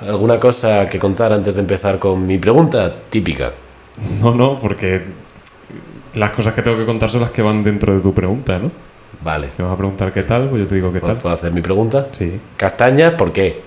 ¿Alguna cosa que contar antes de empezar con mi pregunta típica? No, no, porque las cosas que tengo que contar son las que van dentro de tu pregunta, ¿no? Vale. Si me vas a preguntar qué tal, pues yo te digo qué ¿Puedo tal. puedo hacer mi pregunta? Sí. ¿Castañas por qué?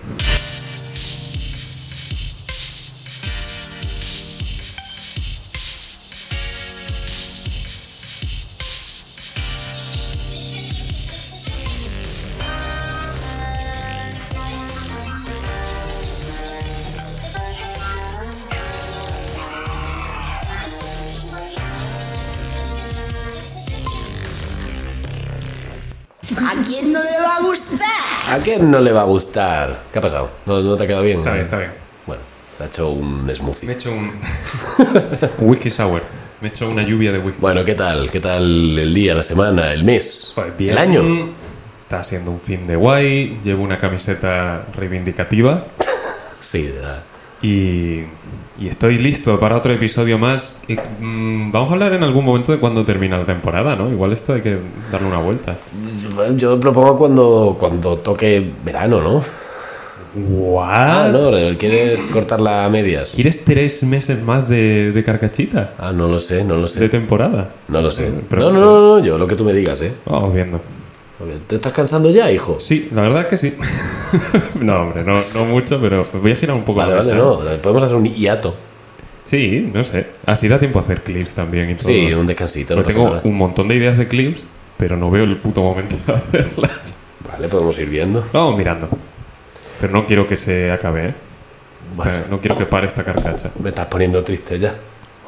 ¿A quién no le va a gustar? ¿A quién no le va a gustar? ¿Qué ha pasado? ¿No, no te ha quedado bien? Está bien, está bien. Bueno, se ha hecho un Me he smoothie. hecho un. un whisky sour. Me he hecho una lluvia de whisky. Bueno, ¿qué tal? ¿Qué tal el día, la semana, el mes? Joder, Pues bien. pues, Mm. ¿El año? Está siendo un fin de guay. Llevo una camiseta reivindicativa. Sí, de la- Y, y estoy listo para otro episodio más. Y, mm, vamos a hablar en algún momento de cuándo termina la temporada, ¿no? Igual esto hay que darle una vuelta. Yo propongo cuando, cuando toque verano, ¿no? Ah, ¡Guau! no, ¿quieres cortarla a medias? ¿Quieres tres meses más de, de carcachita? Ah, no lo sé, no lo De sé. temporada. No lo sé. Pero- No, no, no, no, yo lo que tú me digas, ¿eh? Vamos viendo. ¿Te estás cansando ya, hijo? Sí, la verdad es que sí. no, hombre, no, no mucho, pero voy a girar un poco Vale, la vale, mesa. no. Podemos hacer un hiato. Sí, no sé. Así da tiempo a hacer clips también y todo. Sí, un descansito, no Porque pasa tengo nada. un montón de ideas de clips, pero no veo el puto momento de hacerlas. Vale, podemos ir viendo. Vamos mirando. Pero no quiero que se acabe, ¿eh? Esta- Bueno, No quiero que pare esta carcacha. me estás poniendo triste ya.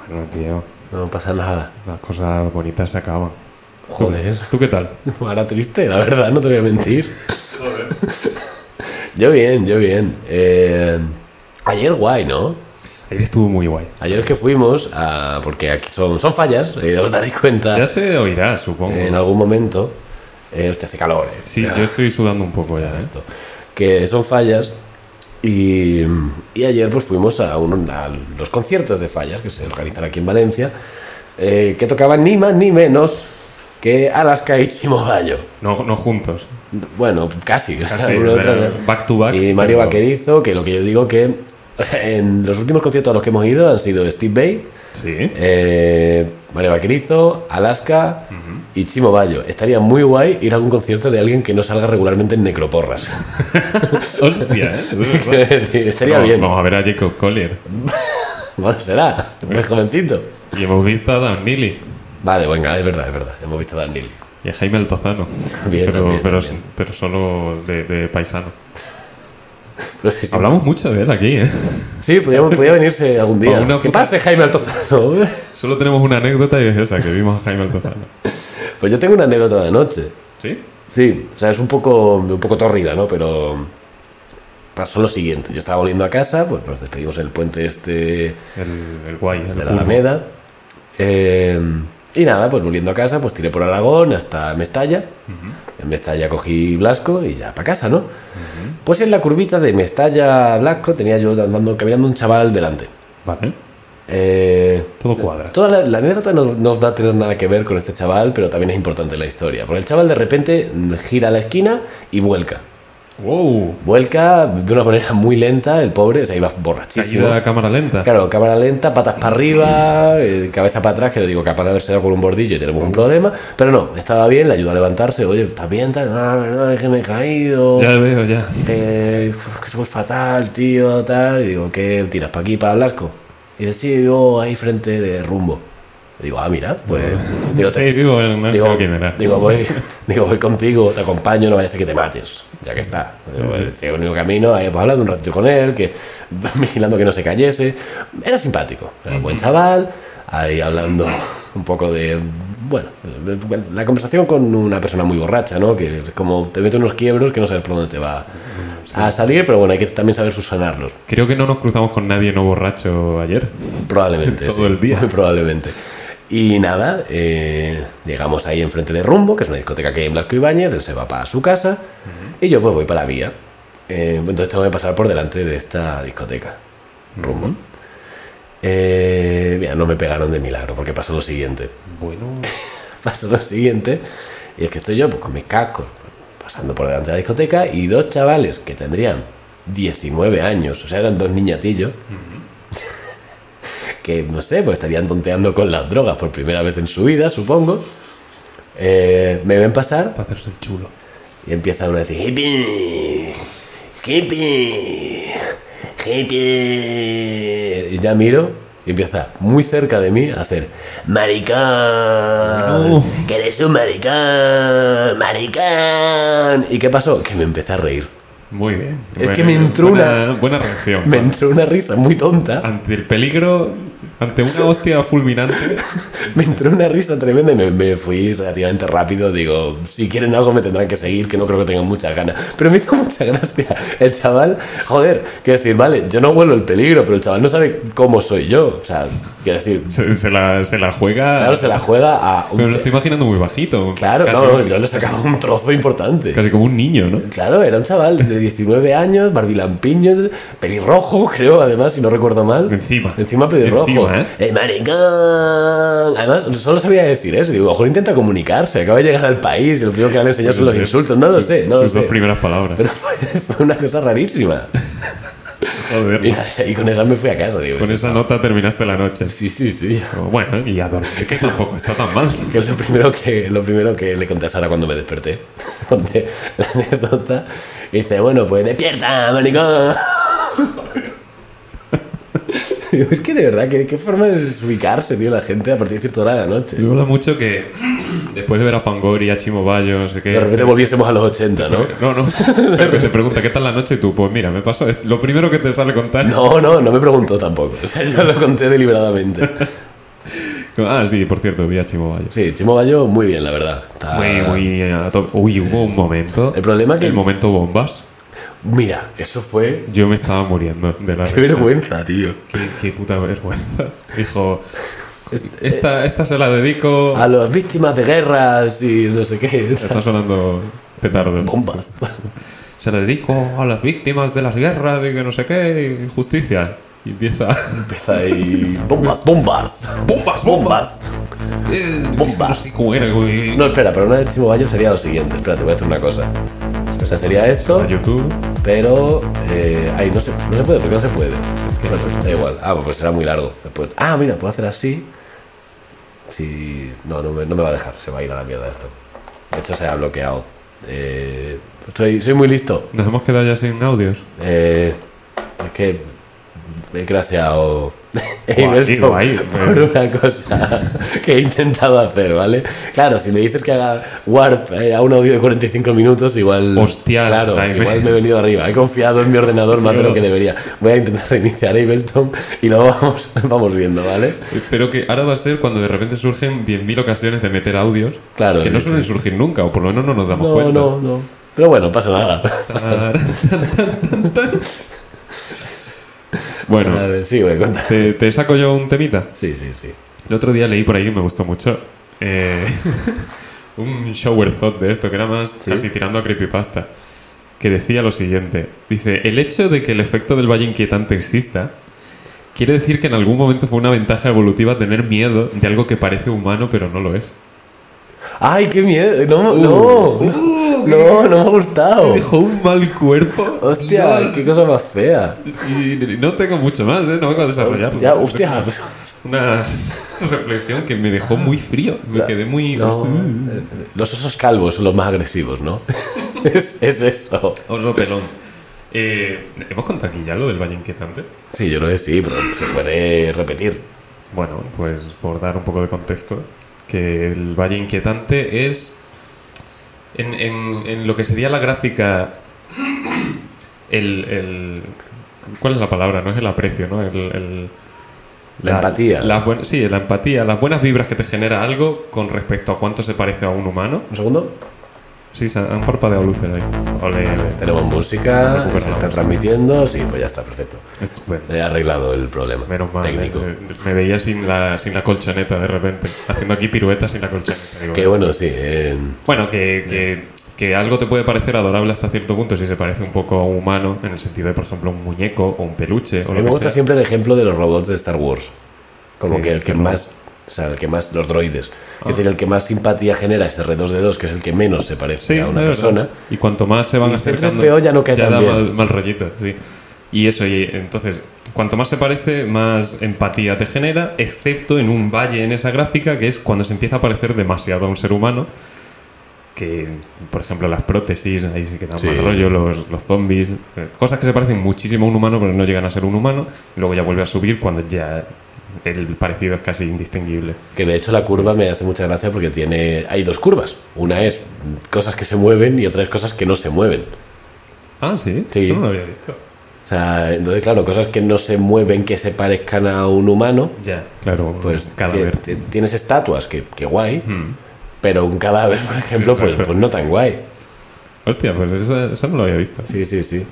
Bueno, tío, No pasa nada. las cosas bonitas se acaban. ¿Tú- Joder. ¿Tú, qué tal? Ahora triste, la verdad, no te voy a mentir. yo bien, yo bien. Eh, ayer guay, ¿no? Ayer estuvo muy guay. Ayer que fuimos a... Porque aquí son, son fallas, eh, os daréis cuenta Ya se oirá, supongo. en algún momento. Eh, hostia, hace calor, eh. Sí, yo estoy sudando un poco ya, ¿eh? esto, que son fallas. Y, y ayer pues fuimos a, un- a los conciertos de fallas que se organizan aquí en Valencia, eh, que tocaban ni más ni menos que Alaska y Chimodayo. No, no juntos. Bueno, casi. Casi, uno o detrás sea, de- back to back, Y Mario pero- Vaquerizo, que lo que yo digo que o sea, en los últimos conciertos a los que hemos ido han sido Steve Bay, Sí. eh, Mario Vaquerizo, Alaska y Chimo Bayo. Estaría muy guay ir a algún concierto de alguien que no salga regularmente en Necroporras. Hostia, ¿eh? Es verdad. Quiero decir, Estaría Vamos- bien. Vamos a ver a Jacob Collier. Bueno, será. Es jovencito. Y hemos visto a Dan Neely. Vale, venga, es verdad, es verdad. Hemos visto a Daniel. Y a Jaime Altozano. Bien, pero, también, pero, también. pero solo de, de paisano. Hablamos mucho de él aquí, ¿eh? Sí, podía, podía venirse algún día. Pa' una ¿Qué puta- pase, Jaime Altozano? Solo tenemos una anécdota y es esa, que vimos a Jaime Altozano. Pues yo tengo una anécdota de noche. ¿Sí? Sí, o sea, es un poco, un poco tórrida, ¿no? Pero pasó lo siguiente. Yo estaba volviendo a casa, pues nos despedimos en el puente este El, el guay, el de la pulmo. Alameda. Eh, y nada, pues volviendo a casa, pues tiré por Aragón hasta Mestalla. En Mestalla cogí Blasco y ya para casa, ¿no? Pues en la curvita de Mestalla a Blasco tenía yo andando, caminando un chaval delante. Vale. Eh, Todo cuadra. Toda la, la anécdota no, no va a tener nada que ver con este chaval, pero también es importante la historia. Porque el chaval de repente mm, gira a la esquina y vuelca. ¡Wow! Vuelca de una manera muy lenta, el pobre, o sea, iba borrachísimo. Caída a cámara lenta. Claro, cámara lenta, patas para arriba, eh, cabeza para atrás, que le digo, capaz de haberse dado con un bordillo y tenemos un problema. Pero no, estaba bien, le ayudó a levantarse. Oye, ¿estás bien? tal? Ah, verdad, es que me he caído. Ya veo, ya. Eh, uf, que soy fatal, tío, tal. Y digo, ¿qué tiras para aquí, para Blasco? Y dice, sí, vivo ahí frente de rumbo. Y digo, ah, mira, pues. Digo, sí, vivo en Ángel digo, Quimera. digo, voy, digo, voy contigo, te acompaño, no vayas a ser que te mates. Ya que está. Digo, "Es el único camino, ahí pues hablando un ratito con él, que vigilando que no se cayese. Era simpático, era un buen chaval, ahí hablando un poco de. Bueno, de- de- la conversación con una persona muy borracha, ¿no? Que es como te mete unos quiebros que no sabes por dónde te va a salir, pero bueno, hay que también saber subsanarlos. Creo que no nos cruzamos con nadie no borracho ayer. Probablemente. Todo el día. Muy probablemente. Y nada, eh, llegamos ahí enfrente de Rumbo, que es una discoteca que hay en Blasco Ibáñez, él se va para su casa y yo pues voy para la vía. Eh, entonces tengo que pasar por delante de esta discoteca. Rumbo. Eh, mira, no me pegaron de milagro porque pasó lo siguiente Bueno. pasó lo siguiente, y es que estoy yo pues, con mis cascos pasando por delante de la discoteca y dos chavales que tendrían 19 años, o sea, eran dos niñatillos. que no sé, pues estarían tonteando con las drogas por primera vez en su vida, supongo. Eh, me ven pasar Para hacerse el chulo. y empieza uno a decir: ¡Hippie! ¡Hippie! ¡Hippie! Y ya miro y empieza muy cerca de mí a hacer: ¡Maricón! No. ¡Que eres un maricón! ¡Maricón! ¿Y qué pasó? Que me empecé a reír. Muy bien. Es que me entró buena, una- Buena reacción. Me entró una risa muy tonta. Ante el peligro, ante una hostia fulminante, Me entró una risa tremenda y me, me fui relativamente rápido. Digo, si quieren algo me tendrán que seguir, que no creo que tengan muchas ganas. Pero me hizo mucha gracia. El chaval, joder, quiero decir, vale, yo no vuelo el peligro, pero el chaval no sabe cómo soy yo. O sea, quiero decir, se, se la, se la juega. claro, se la juega a un. Pero lo te- estoy imaginando muy bajito. Claro, casi, no, no, yo le sacaba un trozo importante. casi como un niño, ¿no? Claro, era un chaval de 19 años, barbilampiño, pelirrojo, creo, además, si no recuerdo mal. Encima. Encima pelirrojo. Encima, ¿eh? ¡Eh, maricón! Además, solo sabía decir eso. Digo, a lo mejor intenta comunicarse, acaba de llegar al país y lo primero que le han enseñado son los Sí. insultos. No lo Sus- sé, no lo Sus sé. dos primeras palabras. Pero fue, fue una cosa rarísima. Joder, Y, nada, y con esa me fui a casa, digo. con sí, esa nota terminaste la noche. Sí, sí, sí. Bueno, y a dormir, que tampoco está tan mal. Que es lo primero que, lo primero que le conté a Sara cuando me desperté. Conté la anécdota. Y dice, bueno, pues despierta, maricón. Digo, es que de verdad, ¿qué, qué forma de desubicarse, tío, la gente a partir de cierta hora de la noche. Me mola mucho que después de ver a Fangoria, a Chimo Bayo, no sé qué. De repente volviésemos a los 80, ¿no? No, no. Pero que te pregunta, ¿qué tal la noche? Y tú, pues mira, me pasó. esto. Lo primero que te sale contar. No, no, no me preguntó tampoco. O sea, yo lo conté deliberadamente. Ah, sí, por cierto, vi a Chimo Bayo. Sí, Chimo Bayo, muy bien, la verdad. Está- Muy, muy. eh, a to- Uy, hubo un momento. Ah. El problema que- El momento bombas. Mira, eso fue... Yo me estaba muriendo de la Qué risa. vergüenza, tío. Qué, qué puta vergüenza. Dijo, esta, esta se la dedico. Este, A las víctimas de guerras y no sé qué. Está sonando petardo. Bombas. Se la dedico a las víctimas de las guerras y que no sé qué, injusticia. Y empieza. Empieza ahí. Bombas, bombas. ¡Bombas, Bombas. Eh, Bombas. No sé cómo era, güey. No, espera, pero una del Chimo Bayo sería lo siguiente. Espera, te voy a hacer una cosa. O sea, sería esto, A YouTube. pero. Eh, ay, no se, no se puede, porque no se puede. Bueno, pues da igual. Ah, pues será muy largo. Después- ah, mira, puedo hacer así. Si. No, no me, no me va a dejar. Se va a ir a la mierda esto. De hecho, se ha bloqueado. Eh, soy, soy muy listo. Nos hemos quedado ya sin audios. Eh, es que. He graseado. He Guau, invertido qué guay, por pero- una cosa que he intentado hacer, ¿vale? Claro, si me dices que haga Warp eh, a un audio de 45 minutos, igual. Hostias, claro, Jaime. igual me he venido arriba. He confiado en mi ordenador más de lo que debería. Voy a intentar reiniciar Ableton y lo vamos, vamos viendo, ¿vale? Pero que ahora va a ser cuando de repente surgen 10.000 ocasiones de meter audios. Claro, Que no sí, suelen surgir nunca, o por lo menos no nos damos No, cuenta. no, no. Pero bueno, pasa nada. A bueno, ver, sí, voy a contar. te, te saco yo un temita. Sí, sí, sí. El otro día leí por ahí que me gustó mucho. eh, un shower thought de esto, que era más Sí. casi tirando a creepypasta. Que decía lo siguiente: Dice, el hecho de que el efecto del valle inquietante exista. Quiere decir que en algún momento fue una ventaja evolutiva tener miedo de algo que parece humano pero no lo es. ¡Ay, qué miedo! ¡No, no! Uh, ¡No, no me ha Me gustado! dejó un mal cuerpo. Oh. ¡Hostia, Dios. qué cosa más fea! Y no tengo mucho más, ¿eh? No vengo a desarrollarlo. Ya, hostia. Una reflexión que me dejó muy frío. Me quedé muy... No, Mm. eh, los osos calvos son los más agresivos, ¿no? es, es eso. Oso pelón. Eh, ¿Hemos contado aquí ya lo del Valle Inquietante? Sí, yo creo que sí, pero se puede repetir. Bueno, pues por dar un poco de contexto, que el Valle Inquietante es en, en- en lo que sería la gráfica, el, el- ¿Cuál es la palabra? No es el aprecio, ¿no? El, el- La empatía. las buen- sí, la empatía, las buenas vibras que te genera algo con respecto a cuánto se parece a un humano. Un segundo. Sí, se han han parpadeado luces ahí. Ole, ole. Tenemos música, Recuperamos. se está transmitiendo. Sí, pues ya está, perfecto. Estupendo. He arreglado el problema Menos mal. técnico. eh, Me veía sin la, sin la colchoneta de repente. Haciendo aquí piruetas sin la colchoneta. digo. que bueno, sí. eh, Bueno, que, que- que algo te puede parecer adorable hasta cierto punto si se parece un poco a un humano, en el sentido de, por ejemplo, un muñeco o un peluche a o mí lo me que gusta sea. siempre el ejemplo de los robots de Star Wars. Como Sí, Ah. que el que qué raro. más O sea, el que más, los droides. Es decir, el que más simpatía genera es R2D2, que es el que menos se parece Sí, a es una verdad. persona. Y cuanto más se van Y acercando, C3PO ya no cae tan da bien. mal, mal rollito, sí. Y eso, y entonces, cuanto más se parece, más empatía te genera, excepto en un valle en esa gráfica, que es cuando se empieza a parecer demasiado a un ser humano. Que, por ejemplo, las prótesis, ahí sí que da Sí. mal rollo, los, los zombies, eh, cosas que se parecen muchísimo a un humano, pero no llegan a ser un humano. Luego ya vuelve a subir cuando ya el parecido es casi indistinguible. Que de hecho la curva me hace mucha gracia porque tiene. Hay dos curvas. Una es cosas que se mueven y otra es cosas que no se mueven. Ah, sí, Sí. eso no lo había visto. O sea, entonces, claro, cosas que no se mueven que se parezcan a un humano, Ya, claro, pues cadáver. ti- ti- tienes estatuas, que, que guay, Mm. pero un cadáver, por ejemplo, pues, Exacto. pues no tan guay. Hostia, pues eso, eso no lo había visto. Sí, sí, sí.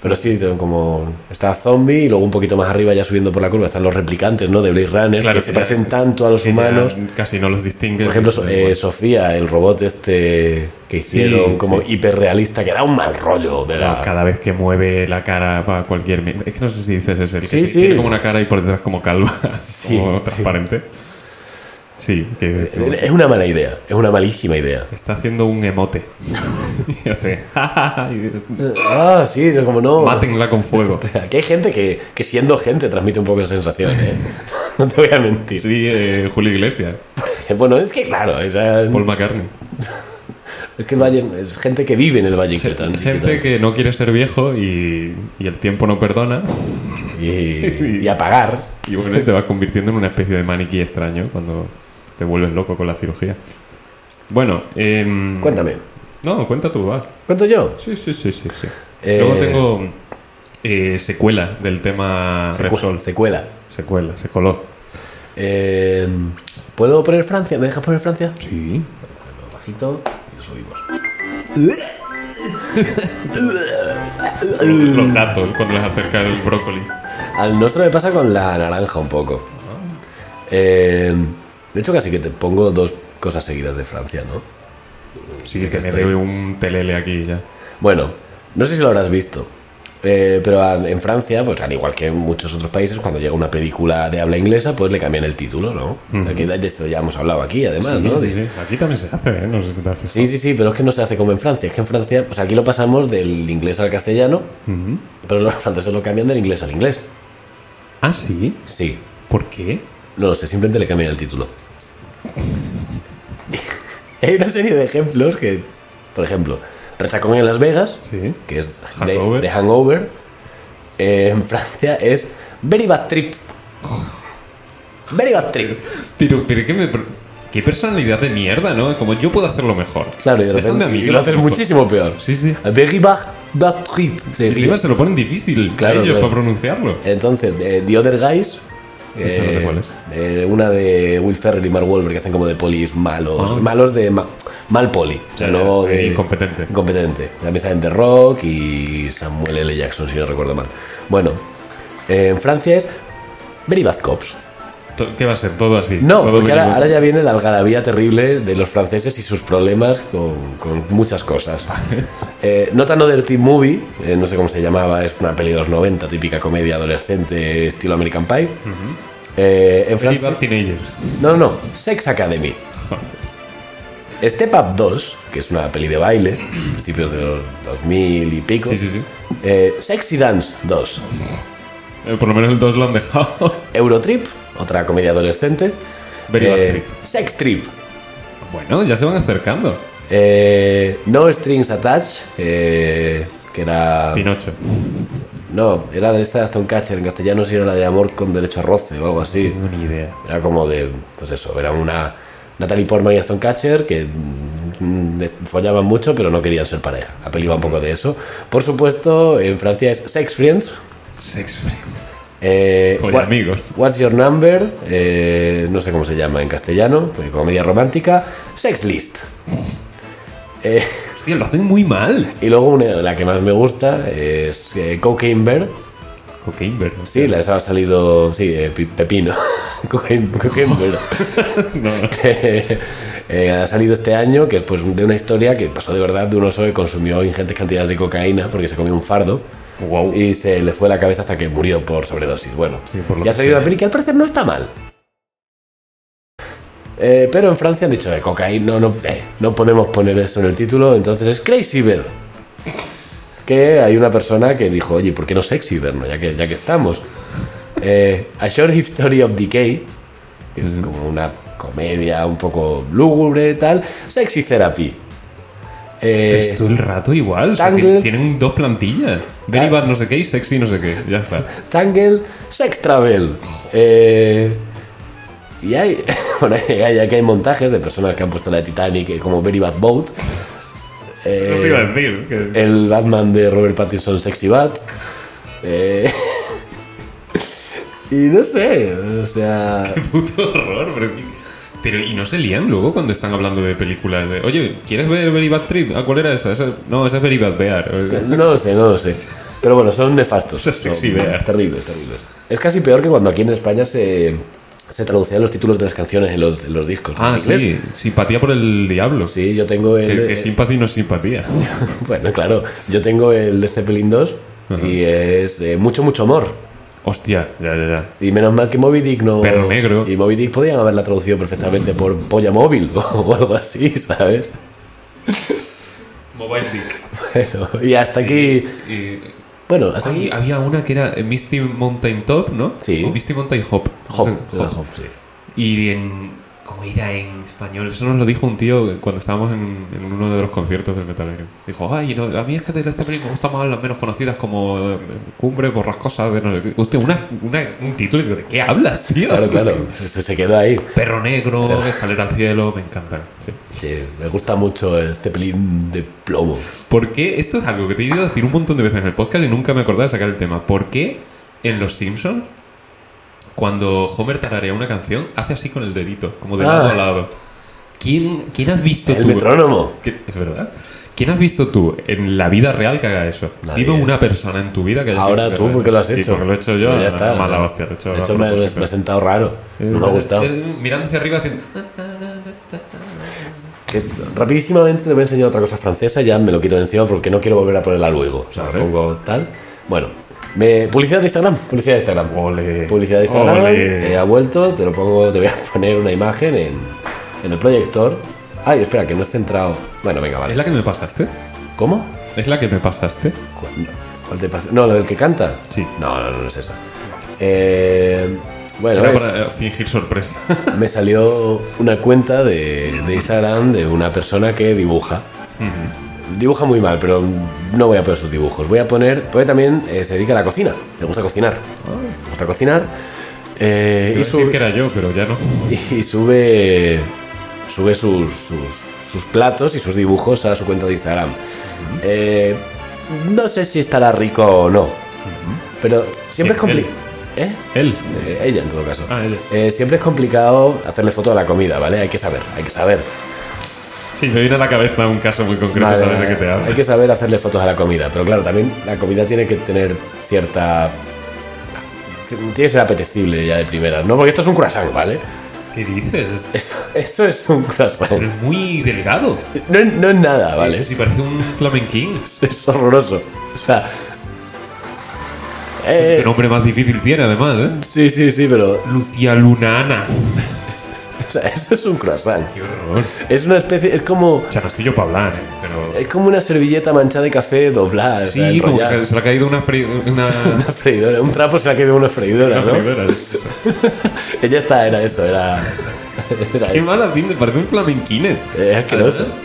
Pero sí, tengo como está zombie y luego un poquito más arriba, ya subiendo por la curva, están los replicantes, ¿no? De Blade Runner, Claro, que que se ya- parecen tanto a los Que ya humanos. Casi no los distingue. pues, Por ejemplo, so- eh, Sofía, el robot este que hicieron como sí. hiperrealista, que era un mal rollo de la... Claro, cada vez que mueve la cara para cualquier... mi- Es que no sé si dices ese. el que Sí, sí. Tiene como una cara y por detrás como calva. Sí, como sí. Eh, transparente. Sí, que... que- Es una mala idea, es una malísima idea. Está haciendo un emote. Y hace, "Ja, ja, ja", y- Ah, sí, yo como no... Mátenla con fuego. Aquí hay gente que, que siendo gente transmite un poco esa sensación, ¿eh? no te voy a mentir. Sí, eh, Julio Iglesias, Bueno, es que claro, esa- Paul McCartney. es que el Valle- es gente que vive en el Valle Inquietante. Gente que no quiere ser viejo y, y el tiempo no perdona. Y, y apagar. Y bueno, te vas convirtiendo en una especie de maniquí extraño cuando te vuelves loco con la cirugía. Bueno, em, Cuéntame, No, cuenta tú, va. ¿cuento yo? Sí, sí, sí, sí. sí. Eh, Luego tengo eh, secuela del tema Repsol. Secu- Secuela. Secuela, se coló. Eh, ¿Puedo poner Francia? ¿Me dejas poner Francia? Sí. Bajito y lo subimos. Los gatos cuando les acerca el brócoli. Al nuestro me pasa con la naranja un poco. Eh, de hecho, casi que te pongo dos cosas seguidas de Francia, ¿no? Sí, que, que me estoy- debe un telele aquí ya. Bueno, no sé si lo habrás visto, eh, pero a- en Francia, pues al igual que en muchos otros países, cuando llega una película de habla inglesa, pues le cambian el título, ¿no? Aquí, de esto ya hemos hablado aquí, además, ¿no? Sí, sí, sí. Aquí también se hace, ¿eh? No sé si te has fijado. Sí, sí, sí, pero es que no se hace como en Francia. Es que en Francia, pues aquí lo pasamos del inglés al castellano, Ujú. pero los franceses lo cambian del inglés al inglés. Ah, sí. Sí, ¿Por qué? No lo sé, simplemente le cambian el título. Hay una serie de ejemplos que, por ejemplo, Rechacón en Las Vegas, Sí. que es de, Hangover. de Hangover, eh, en Francia es Very Bad Trip. Very Bad Trip. Pero, pero ¿qué, me, qué personalidad de mierda, ¿no? Como yo puedo hacerlo mejor. Claro, y de Dejadme repente a mí, y que lo haces mejor. muchísimo peor. Sí, sí. Very Bad, bad Trip. se Y decía. encima se lo ponen difícil Claro, ellos claro. para pronunciarlo. Entonces, eh, The Other Guys. Esa no sé cuál es. eh, una de Will Ferrell y Mark Wahlberg que hacen como de polis malos. Ah. Malos de ma- mal poli. O sea, Ya, no ya, de- incompetente. Incompetente. También saben The Rock y Samuel L. Jackson, si no recuerdo mal. Bueno, eh, en Francia es Very Bad Cops. To- ¿Qué va a ser? Todo así. No, Todo porque ahora, venimos- ahora ya viene la algarabía terrible de los franceses y sus problemas con, con muchas cosas. Eh, Not Another Teen Movie, eh, no sé cómo se llamaba, es una peli de los 90, típica comedia adolescente estilo American Pie. Eh, en Very Francia- Bad Teenagers. No, no, no, Sex Academy. Step Up 2, que es una peli de baile, principios de los 2000 y pico. Sí, sí, sí. Eh, Sexy Dance 2. Eh, por lo menos el 2 lo han dejado. Eurotrip, otra comedia adolescente. Eh, Very Bad Trip. Sex Trip. bueno, ya se van acercando. Eh, no Strings Attached, eh, que era. Pinocho. No, era de esta de Aston Catcher en castellano, si era la de amor con derecho a roce o algo así. Tengo ni idea. Era como de. Pues eso, era una. Natalie Portman y Aston Catcher que mm, de- follaban mucho, pero no querían ser pareja. La peli va un poco de eso. Por supuesto, en Francia es Sex Friends. Sex Eh, Oye, What- amigos. What's Your Number? eh, no sé cómo se llama en castellano, porque comedia romántica. Sex List. Eh, Hostia, lo hacen muy mal. Y luego una de las que más me gusta es eh, Cocaine Bear. Cocaine Bear. Sí, la esa ha salido. Sí, eh, Pe- Pepino. Cocaine, Cocaine Bear. No. Eh, eh, ha salido este año, que es pues, de una historia que pasó de verdad de un oso que consumió ingentes cantidades de cocaína porque se comió un fardo. Wow. Y eh, se le fue la cabeza hasta que murió por sobredosis. Bueno, Sí, por lo ya ha que salido sea. la película, al parecer no está mal. Eh, pero en Francia han dicho, eh, cocaína, no, no, eh, no podemos poner eso en el título, entonces es Crazy Bird. Que hay una persona que dijo, oye, ¿por qué no Sexy Bird, no? Ya que, ya que estamos. Eh, A Short History of Decay, que es como una comedia un poco lúgubre, tal. Sexy Therapy. Eh, Es todo el rato igual. o sea, Tangled. tien- tienen dos plantillas. Ah. Very bad no sé qué y sexy no sé qué. Ya está. Eh, Tangle, Sex Travel. Eh, y hay, bueno, hay, aquí hay montajes de personas que han puesto la de Titanic eh, como Very Bad Boat. Eh, Eso te iba a decir. que- el Batman de Robert Pattinson, Sexy Bat. Eh, y no sé, o sea... Puto horror, pero es que- Pero, ¿y no se lían luego cuando están hablando de películas? De, Oye, ¿quieres ver Very Bad Trip? ¿A cuál era esa? Esa- No, esa es Very Bad Bear. No lo sé, no lo sé. Pero bueno, son nefastos. Eso es sexy, Son Bear. Terribles, terribles. Es casi peor que cuando aquí en España se, se traducían los títulos de las canciones en los, en los discos. Ah, ¿En inglés? sí. Simpatía por el diablo. Sí, yo tengo el... Que, que simpatía y no es simpatía. Bueno, claro, yo tengo el de Zeppelin 2 y es eh, mucho, mucho amor. Hostia, ya, ya, ya. Y menos mal que Moby Dick no. Perro negro. Y Moby Dick podían haberla traducido perfectamente por polla móvil o algo así, ¿sabes? Mobile Dick. Bueno, y hasta aquí. Bueno, hasta aquí. Ahí había una que era eh, Misty Mountain Top, ¿no? Sí. O Misty Mountain Hop. Hop, No sé, era Hop. Hop, sí. Y en. ¿Cómo era en español? Eso nos lo dijo un tío cuando estábamos en, en uno de los conciertos del Metal Arena. Dijo, ay, no, a mí es que de este película me gustan más las menos conocidas como eh, Cumbre Borrascosa, de no sé qué. Hostia, una, una- un título, y digo, ¿de qué hablas, tío? Claro, claro. Se, se quedó ahí. Perro negro, escalera al cielo, me encantan. Sí. Sí, me gusta mucho el Zeppelin de plomo. ¿Por qué? Esto es algo que te he ido a decir un montón de veces en el podcast y nunca me acordaba de sacar el tema. ¿Por qué en Los Simpsons, cuando Homer tararea una canción, hace así con el dedito, como de Ah. lado a lado? ¿Quién, quién has visto El tú? metrónomo. ¿Qué- ¿Es verdad? ¿Quién has visto tú en la vida real que haga eso? Nadie. Dime una persona en tu vida que haya Ahora visto tú, eso. porque lo has hecho. Sí, porque lo he hecho yo. Pero ya está. Mala hostia, lo he hecho. De hecho, a me, propósito. me he sentado raro. No me ha gustado. Eh, Mirando hacia arriba haciendo. Que rapidísimamente te voy a enseñar otra cosa francesa, ya me lo quito de encima porque no quiero volver a ponerla luego. O sea, Vale. pongo tal. Bueno, me- publicidad de Instagram, publicidad de Instagram. Ole. Publicidad de Instagram, eh, Ole. eh, ha vuelto, te lo pongo, te voy a poner una imagen en, en el proyector. Ay, espera, que no he centrado. Bueno, venga, vale. ¿Es la que me pasaste? ¿Cómo? ¿Es la que me pasaste? ¿Cuál, no, ¿Cuál te pasa? No, la del que canta. Sí. No, no, no es esa. Eh, bueno, Era ¿ves? para eh, fingir sorpresa. me salió una cuenta de, de Instagram de una persona que dibuja. Dibuja muy mal, pero no voy a poner sus dibujos. Voy a poner. Porque también eh, se dedica a la cocina. Le gusta cocinar. Le gusta cocinar. eh, Iba y, a decir sube, que era yo, pero ya no. y sube. Sube sus, sus- sus platos y sus dibujos a su cuenta de Instagram. Eh, no sé si estará rico o no. Pero siempre es Él. complicado. ¿Eh? Él. Eh, ella en todo caso. Ah, ella. Eh, siempre es complicado hacerle foto a la comida, ¿vale? Hay que saber, hay que saber. Sí, me viene a la cabeza un caso muy concreto, Madre sabes de mía, qué te hablo. hay que saber hacerle fotos a la comida, pero claro, también la comida tiene que tener cierta... Tiene que ser apetecible ya de primera, ¿no? Porque esto es un croissant, ¿vale? ¿Qué dices? Es- Esto, esto es un croissant. Es muy delgado. No, es- no es nada, ¿vale? Si parece un flamenquín. Es horroroso. O sea... eh, Qué nombre más difícil tiene, además, ¿eh? sí, sí, sí, pero... Lucía Lunana. O sea, eso es un croissant. Qué horror. Es una especie... Es como... O sea, no estoy yo para hablar, ¿eh? Pero... Es como una servilleta manchada de café doblada. o sea, Sí, como que enrollada. se, se le ha caído una... fri- una... Una freidora, un trapo se la quedó una freidora, una ¿no? freidora. Ella está, era eso, era. era Qué eso. mala pinta, parece un flamenquine. Eh, es asqueroso. Además,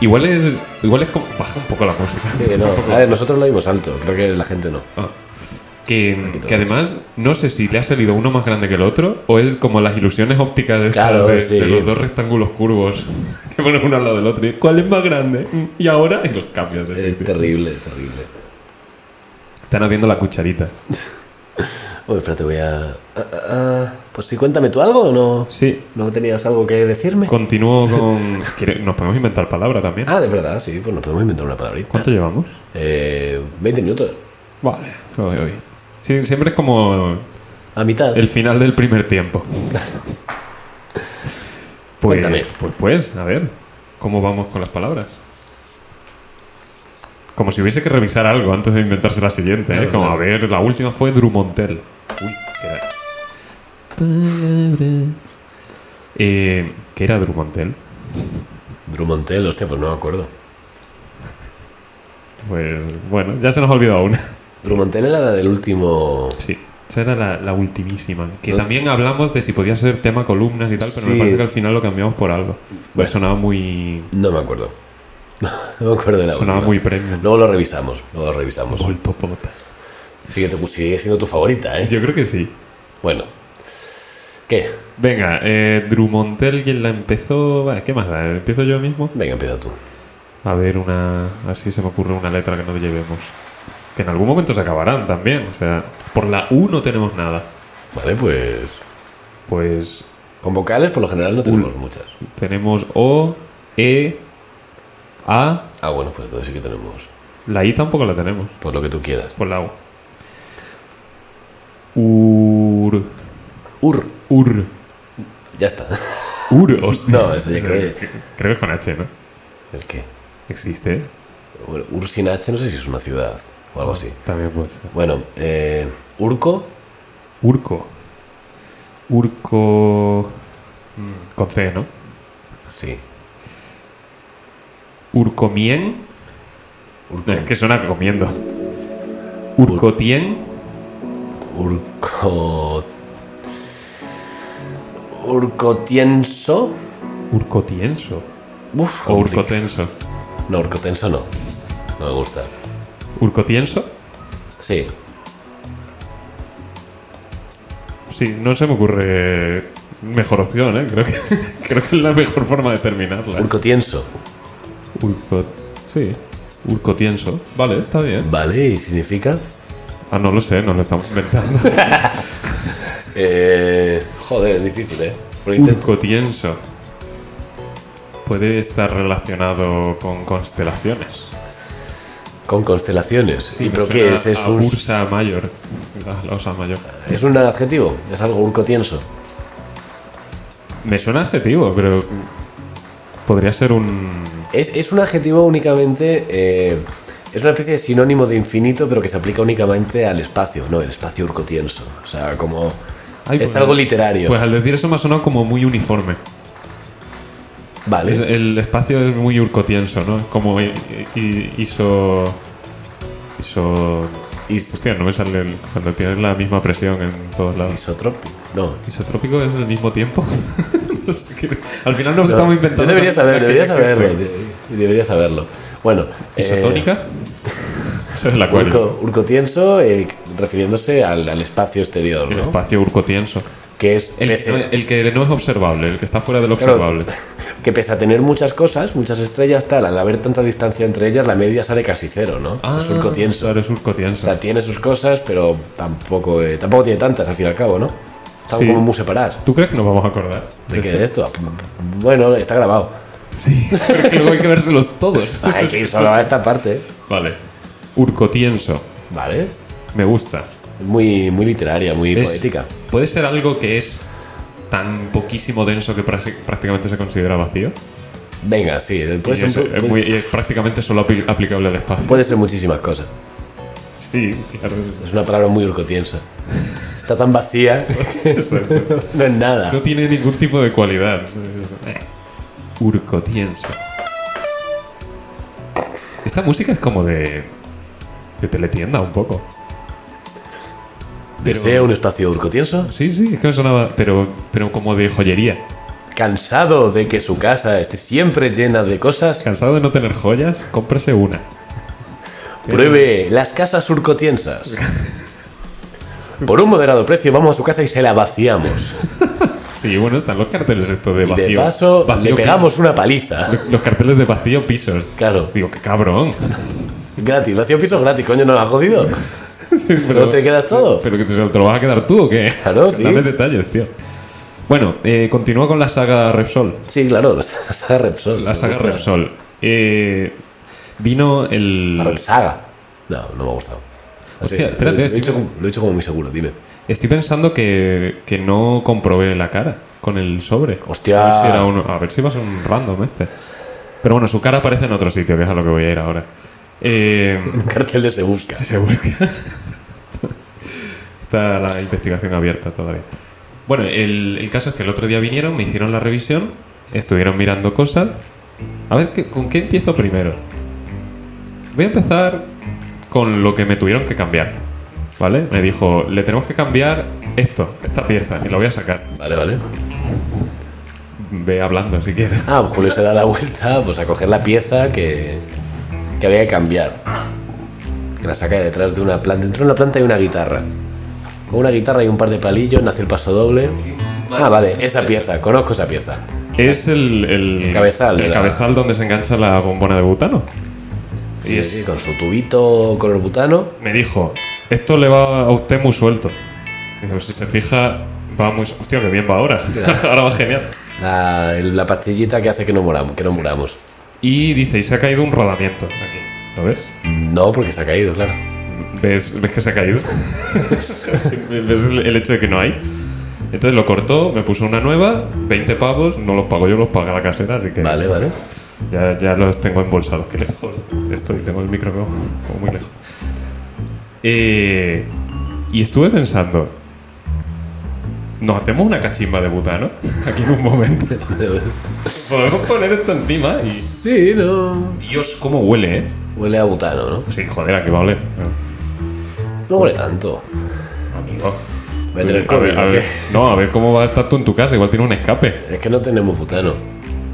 Igual es... Igual es como... Baja un poco la música. Sí, no. Tampoco- A ver, nosotros lo vimos alto, creo que la gente no. Ah. Que, todo que además no sé si le ha salido uno más grande que el otro o es como las ilusiones ópticas de, estas Claro, de, sí. de los dos rectángulos curvos que ponen uno al lado del otro y cuál es más grande Mm, y ahora y los cambios de Es sitio. terrible, terrible. están haciendo la cucharita Uy, espérate, voy a. ah, ah, ah. Pues sí, cuéntame tú algo o no. sí ¿No tenías algo que decirme? continúo con ¿Quiere- nos podemos inventar palabra también Ah, de verdad, sí, pues nos podemos inventar una palabrita. ¿cuánto llevamos? Eh, 20 minutos. vale lo veo bien Sí, siempre es como A mitad. el final del primer tiempo pues, Cuéntame. pues pues a ver cómo vamos con las palabras como si hubiese que revisar algo antes de inventarse la siguiente ¿eh? Claro, como claro. a ver la última fue Drumontel uy qué era. eh, que era Drumontel. Drumontel, hostia, pues no me acuerdo. Pues bueno, ya se nos ha olvidado una. Drumontel era la del último. Sí, esa era la, la ultimísima. Que también hablamos de si podía ser tema columnas y tal, pero me Sí. parece que al final lo cambiamos por algo. Pues sonaba muy. No me acuerdo. No me acuerdo de la Sonaba última. muy premium. Luego lo revisamos, luego lo revisamos. Voltopota. Sigue, tu- sigue siendo tu favorita, ¿eh? Yo creo que sí. Bueno. ¿Qué? Venga, eh, Drumontel, quien la empezó. Bueno, ¿Qué más da? ¿Empiezo yo mismo? Venga, empieza tú. A ver, una. Así se me ocurre una letra que no llevemos. Que en algún momento se acabarán también. O sea, por la U no tenemos nada. Vale, pues. Pues Con vocales, por lo general, no tenemos muchas. tenemos O, E, A. Ah, bueno, pues entonces sí que tenemos. La I tampoco la tenemos. Por lo que tú quieras. Por la U. Ur. Ur. Ur. Ya está. Ur. Hostia. No, eso ya creo que- Creo que es con H, ¿no? ¿El qué? Existe. Bueno, Ur sin H, no sé si es una ciudad o algo así. También puede ser. Bueno, eh, Urco. Urco. Urco. mm, Con C, ¿no? Sí. Urcomien. Urco. No, es que suena que comiendo. Urcotien. Urco. Urcotienso. Urcotienso. Uf, O urcotenso. No, Urcotenso no. No me gusta. ¿Urcotienso? Sí. Sí, no se me ocurre mejor opción, ¿eh? Creo que, creo que es la mejor forma de terminarla. Urcotienso. Urco... Sí. Urcotienso. Vale, está bien. Vale, y significa. Ah, no lo sé, nos lo estamos inventando. Eh, joder, es difícil, ¿eh? Por intento. Urcotienso. Puede estar relacionado con constelaciones. Con constelaciones. ¿Y me pero suena qué es? Es a un, Ursa Mayor. La, la Osa Mayor. es un adjetivo. Es algo urcotienso. Me suena adjetivo, pero. Podría ser un. Es, es un adjetivo únicamente. eh, es una especie de sinónimo de infinito, pero que se aplica únicamente al espacio, ¿no? El espacio urcotienso. O sea, como. Ay, es pues- algo literario. Pues al decir eso me ha sonado como muy uniforme. vale. Es- el espacio es muy urcotienso, ¿no? Como i- i- iso. Iso. Is- Hostia, no me sale el- cuando tienes la misma presión en todos lados. Isotrópico. No. ¿Isotrópico es el mismo tiempo? No sé qué- Al final nos No, estamos inventando. yo debería también saber, la que debería ya existe. saberlo. de- Debería saberlo. Bueno. eh, ¿Isotónica? Esa es la cual. urco- urcotienso, eh, refiriéndose al, al espacio exterior, El ¿no? espacio urcotienso. Que es. El, pese- no, el que no es observable, el que está fuera del Claro, observable. que pese a tener muchas cosas, muchas estrellas, tal, al haber tanta distancia entre ellas, la media sale casi cero, ¿no? Ah. es urcotienso. Claro, es urcotienso. O sea, tiene sus cosas, pero tampoco, eh, tampoco tiene tantas al fin y al cabo, ¿no? Están Sí. Este. como muy separadas. ¿Tú crees que nos vamos a acordar? ¿De qué de esto? Bueno, está grabado. Sí, pero que luego hay que vérselos todos. Hay que ir solo a esta parte. Vale. Urcotienso. Vale. Me gusta. Muy, muy literaria, muy Es- poética. ¿Puede ser algo que es tan poquísimo denso que prasi- prácticamente se considera vacío? Venga, sí. eh, Puede Y ser, es, es muy- y es prácticamente solo api- aplicable al espacio. puede ser muchísimas cosas. pues, Sí, claro. Es una palabra muy urcotiensa. Está tan vacía que Eso es. no es nada. No tiene ningún tipo de cualidad. Es- eh. Urcotienso. Esta música es como de. de teletienda un poco. Deseo un espacio urcotienso. Sí, sí, es que me sonaba. Pero, pero como de joyería. Cansado de que su casa esté siempre llena de cosas, Cansado de no tener joyas, cómprese una. Pruebe las casas surcotiensas. Por un moderado precio vamos a su casa y se la vaciamos. Sí, bueno, están los carteles estos de Y vacío. de paso vacío le piso. pegamos una paliza. Los carteles de vacío pisos. Claro, Digo, qué cabrón. gratis. Vacío piso gratis, coño, no lo has jodido. Pues ¿No te quedas todo? Pero que te, te lo vas a quedar tú o qué? Claro, sí. Dame detalles, tío. Bueno, eh, continúa con la saga Repsol. Sí, claro, la saga Repsol. La saga Me gusta. Repsol. Eh, vino el. La Repsaga. No, no me ha gustado. Hostia, Sí, lo- espérate, lo, he estoy- hecho como, lo he hecho como muy seguro, dime. Estoy pensando que, que no comprobé la cara con el sobre. Hostia. A ver si, era uno- a ver si va a ser un random este. Pero bueno, su cara aparece en otro sitio, que es a lo que voy a ir ahora. Eh, Un cartel de se busca. se busca. Está la investigación abierta todavía. Bueno, el, el caso es que el otro día vinieron, me hicieron la revisión, estuvieron mirando cosas. A ver, ¿qué- ¿con qué empiezo primero? Voy a empezar con lo que me tuvieron que cambiar. ¿Vale? Me dijo, le tenemos que cambiar esto, esta pieza, y lo voy a sacar. Vale, vale. Ve hablando si quieres. Ah, pues Julio se da la vuelta pues a coger la pieza que, que había que cambiar. Que la saca de detrás de una planta. Dentro de una planta hay una guitarra. Con una guitarra y un par de palillos nace el paso doble. Ah, vale, esa pieza, conozco esa pieza. Es el, el, El cabezal de el la- cabezal donde se engancha la bombona de butano. Y Sí, es- sí, con su tubito color butano. me dijo, esto le va a usted muy suelto. Digo, si se fija, va muy... su- Hostia, que bien va ahora. ahora va genial. La, el- la pastillita que hace que no moramos, que no muramos. Y dice, y se ha caído un rodamiento aquí. ¿Lo ves? No, porque se ha caído, claro. ¿Ves, ves que se ha caído? ¿Ves el, el hecho de que no hay? Entonces lo cortó, me puso una nueva, 20 pavos, no los pago yo, los paga la casera, así que... Vale, vale. Ya, ya los tengo embolsados. Qué lejos estoy. Tengo el micro como, como muy lejos. Eh, y estuve pensando. Nos hacemos una cachimba de butano. Aquí en un momento. Podemos poner esto encima y. Sí, no. Dios, cómo huele, eh. Huele a butano, ¿no? Sí, joder, aquí va a oler. No huele tanto. Amigo. Voy a tener a ver, COVID, a ¿o ver- qué? no, a ver cómo va a estar tú en tu casa. Igual tiene un escape. Es que no tenemos butano.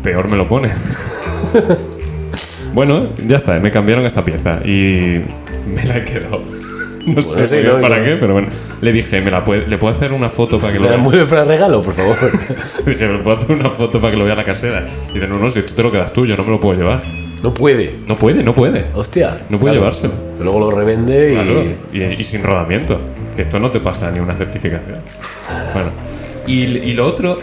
peor me lo pone. bueno, ya está, me cambiaron esta pieza y me la he quedado. No sé Bueno, sí, muy bien no, para no. qué, pero bueno. Le dije, ¿me la puede- ¿le puedo hacer una foto para que lo ¿Me la vea? mueve para regalo, por favor? Dije, ¿me puedo hacer una foto para que lo vea la casera? Y dice, no, no, si tú te lo quedas tú, yo no me lo puedo llevar. No puede. No puede, no puede. Hostia. No puede llevárselo. Luego lo revende y. Claro, y, y sin rodamiento. Que esto no te pasa ni una certificación. Bueno. Y, y lo otro.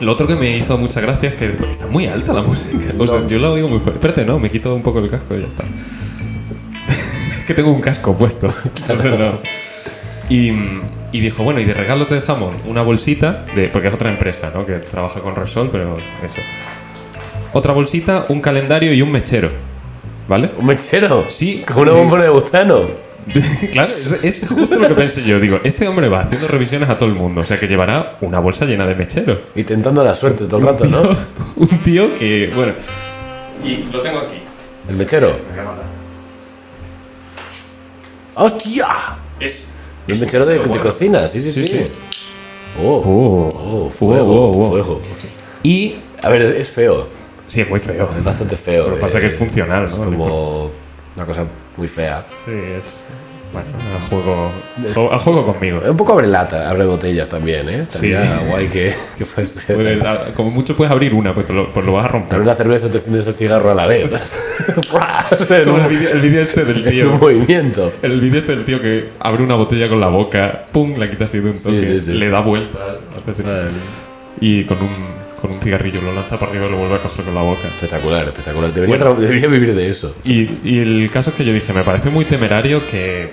Lo otro que me hizo mucha gracia es que después- está muy alta la música. O sea, yo la oigo muy fuerte. Espérate, no, me quito un poco el casco y ya está. es que tengo un casco puesto. Entonces, no. Y, mm, y dijo, bueno, y de regalo te dejamos una bolsita, de, porque es otra empresa, ¿no? Que trabaja con Resol, pero eso. Otra bolsita, un calendario y un mechero. ¿Vale? ¿Un mechero? Sí. Con una bombona de butano. claro, es, es justo lo que pensé yo. Digo, este hombre va haciendo revisiones a todo el mundo, o sea que llevará una bolsa llena de mecheros. Intentando la suerte todo el rato, ¿no? Un tío que, bueno. Y lo tengo aquí. El mechero. ¡Hostia! Es. El mechero de, de cocina, sí, sí, sí. Este Sí, Oh, oh, fuego, fuego. Y. A ver, es, es feo. Sí, es muy feo. Es bastante feo. Lo que pasa eh, es que es funcional, ¿no? Como una cosa muy fea. Sí, es. Bueno, a juego, jo- a juego conmigo. Un poco abre lata, abre botellas también, ¿eh? Estaría guay que, que fuese. Puedes- Pues, a- Como mucho puedes abrir una, pues lo, pues lo vas a romper. Abre una cerveza y te enciendes el cigarro a la vez. ¡Fua! el, Como el vídeo- el vídeo este del el tío. movimiento. El vídeo este del tío que abre una botella con la boca, pum, la quita así de un toque, sí, sí. le da vueltas, hace así, y con un, con un cigarrillo lo lanza para arriba y lo vuelve a coger con la boca. Espectacular, espectacular. Debería, Bueno. tra- debería vivir de eso. Y, y el caso es que yo dije, me parece muy temerario que,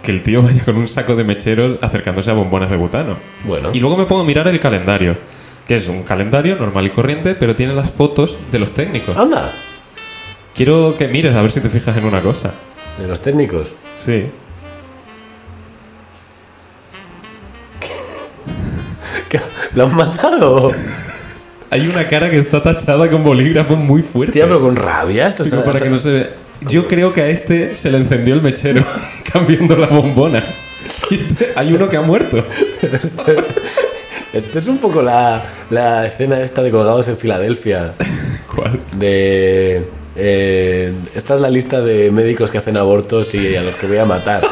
que el tío vaya con un saco de mecheros acercándose a bombonas de butano. Bueno. Y luego me pongo a mirar el calendario, que es un calendario normal y corriente, pero tiene las fotos de los técnicos. Anda, Quiero que mires a ver si te fijas en una cosa. de los técnicos. Sí. ¿Qué? ¿Lo han matado? Hay una cara que está tachada con bolígrafo muy fuerte. Hostia, pero con rabia. Esto Digo, está, para que no se vea. Yo creo que a este se le encendió el mechero cambiando la bombona. Y te- hay uno que ha muerto. Esto es un poco la, la escena esta de colgados en Filadelfia. ¿Cuál? De. eh, esta es la lista de médicos que hacen abortos y a los que voy a matar.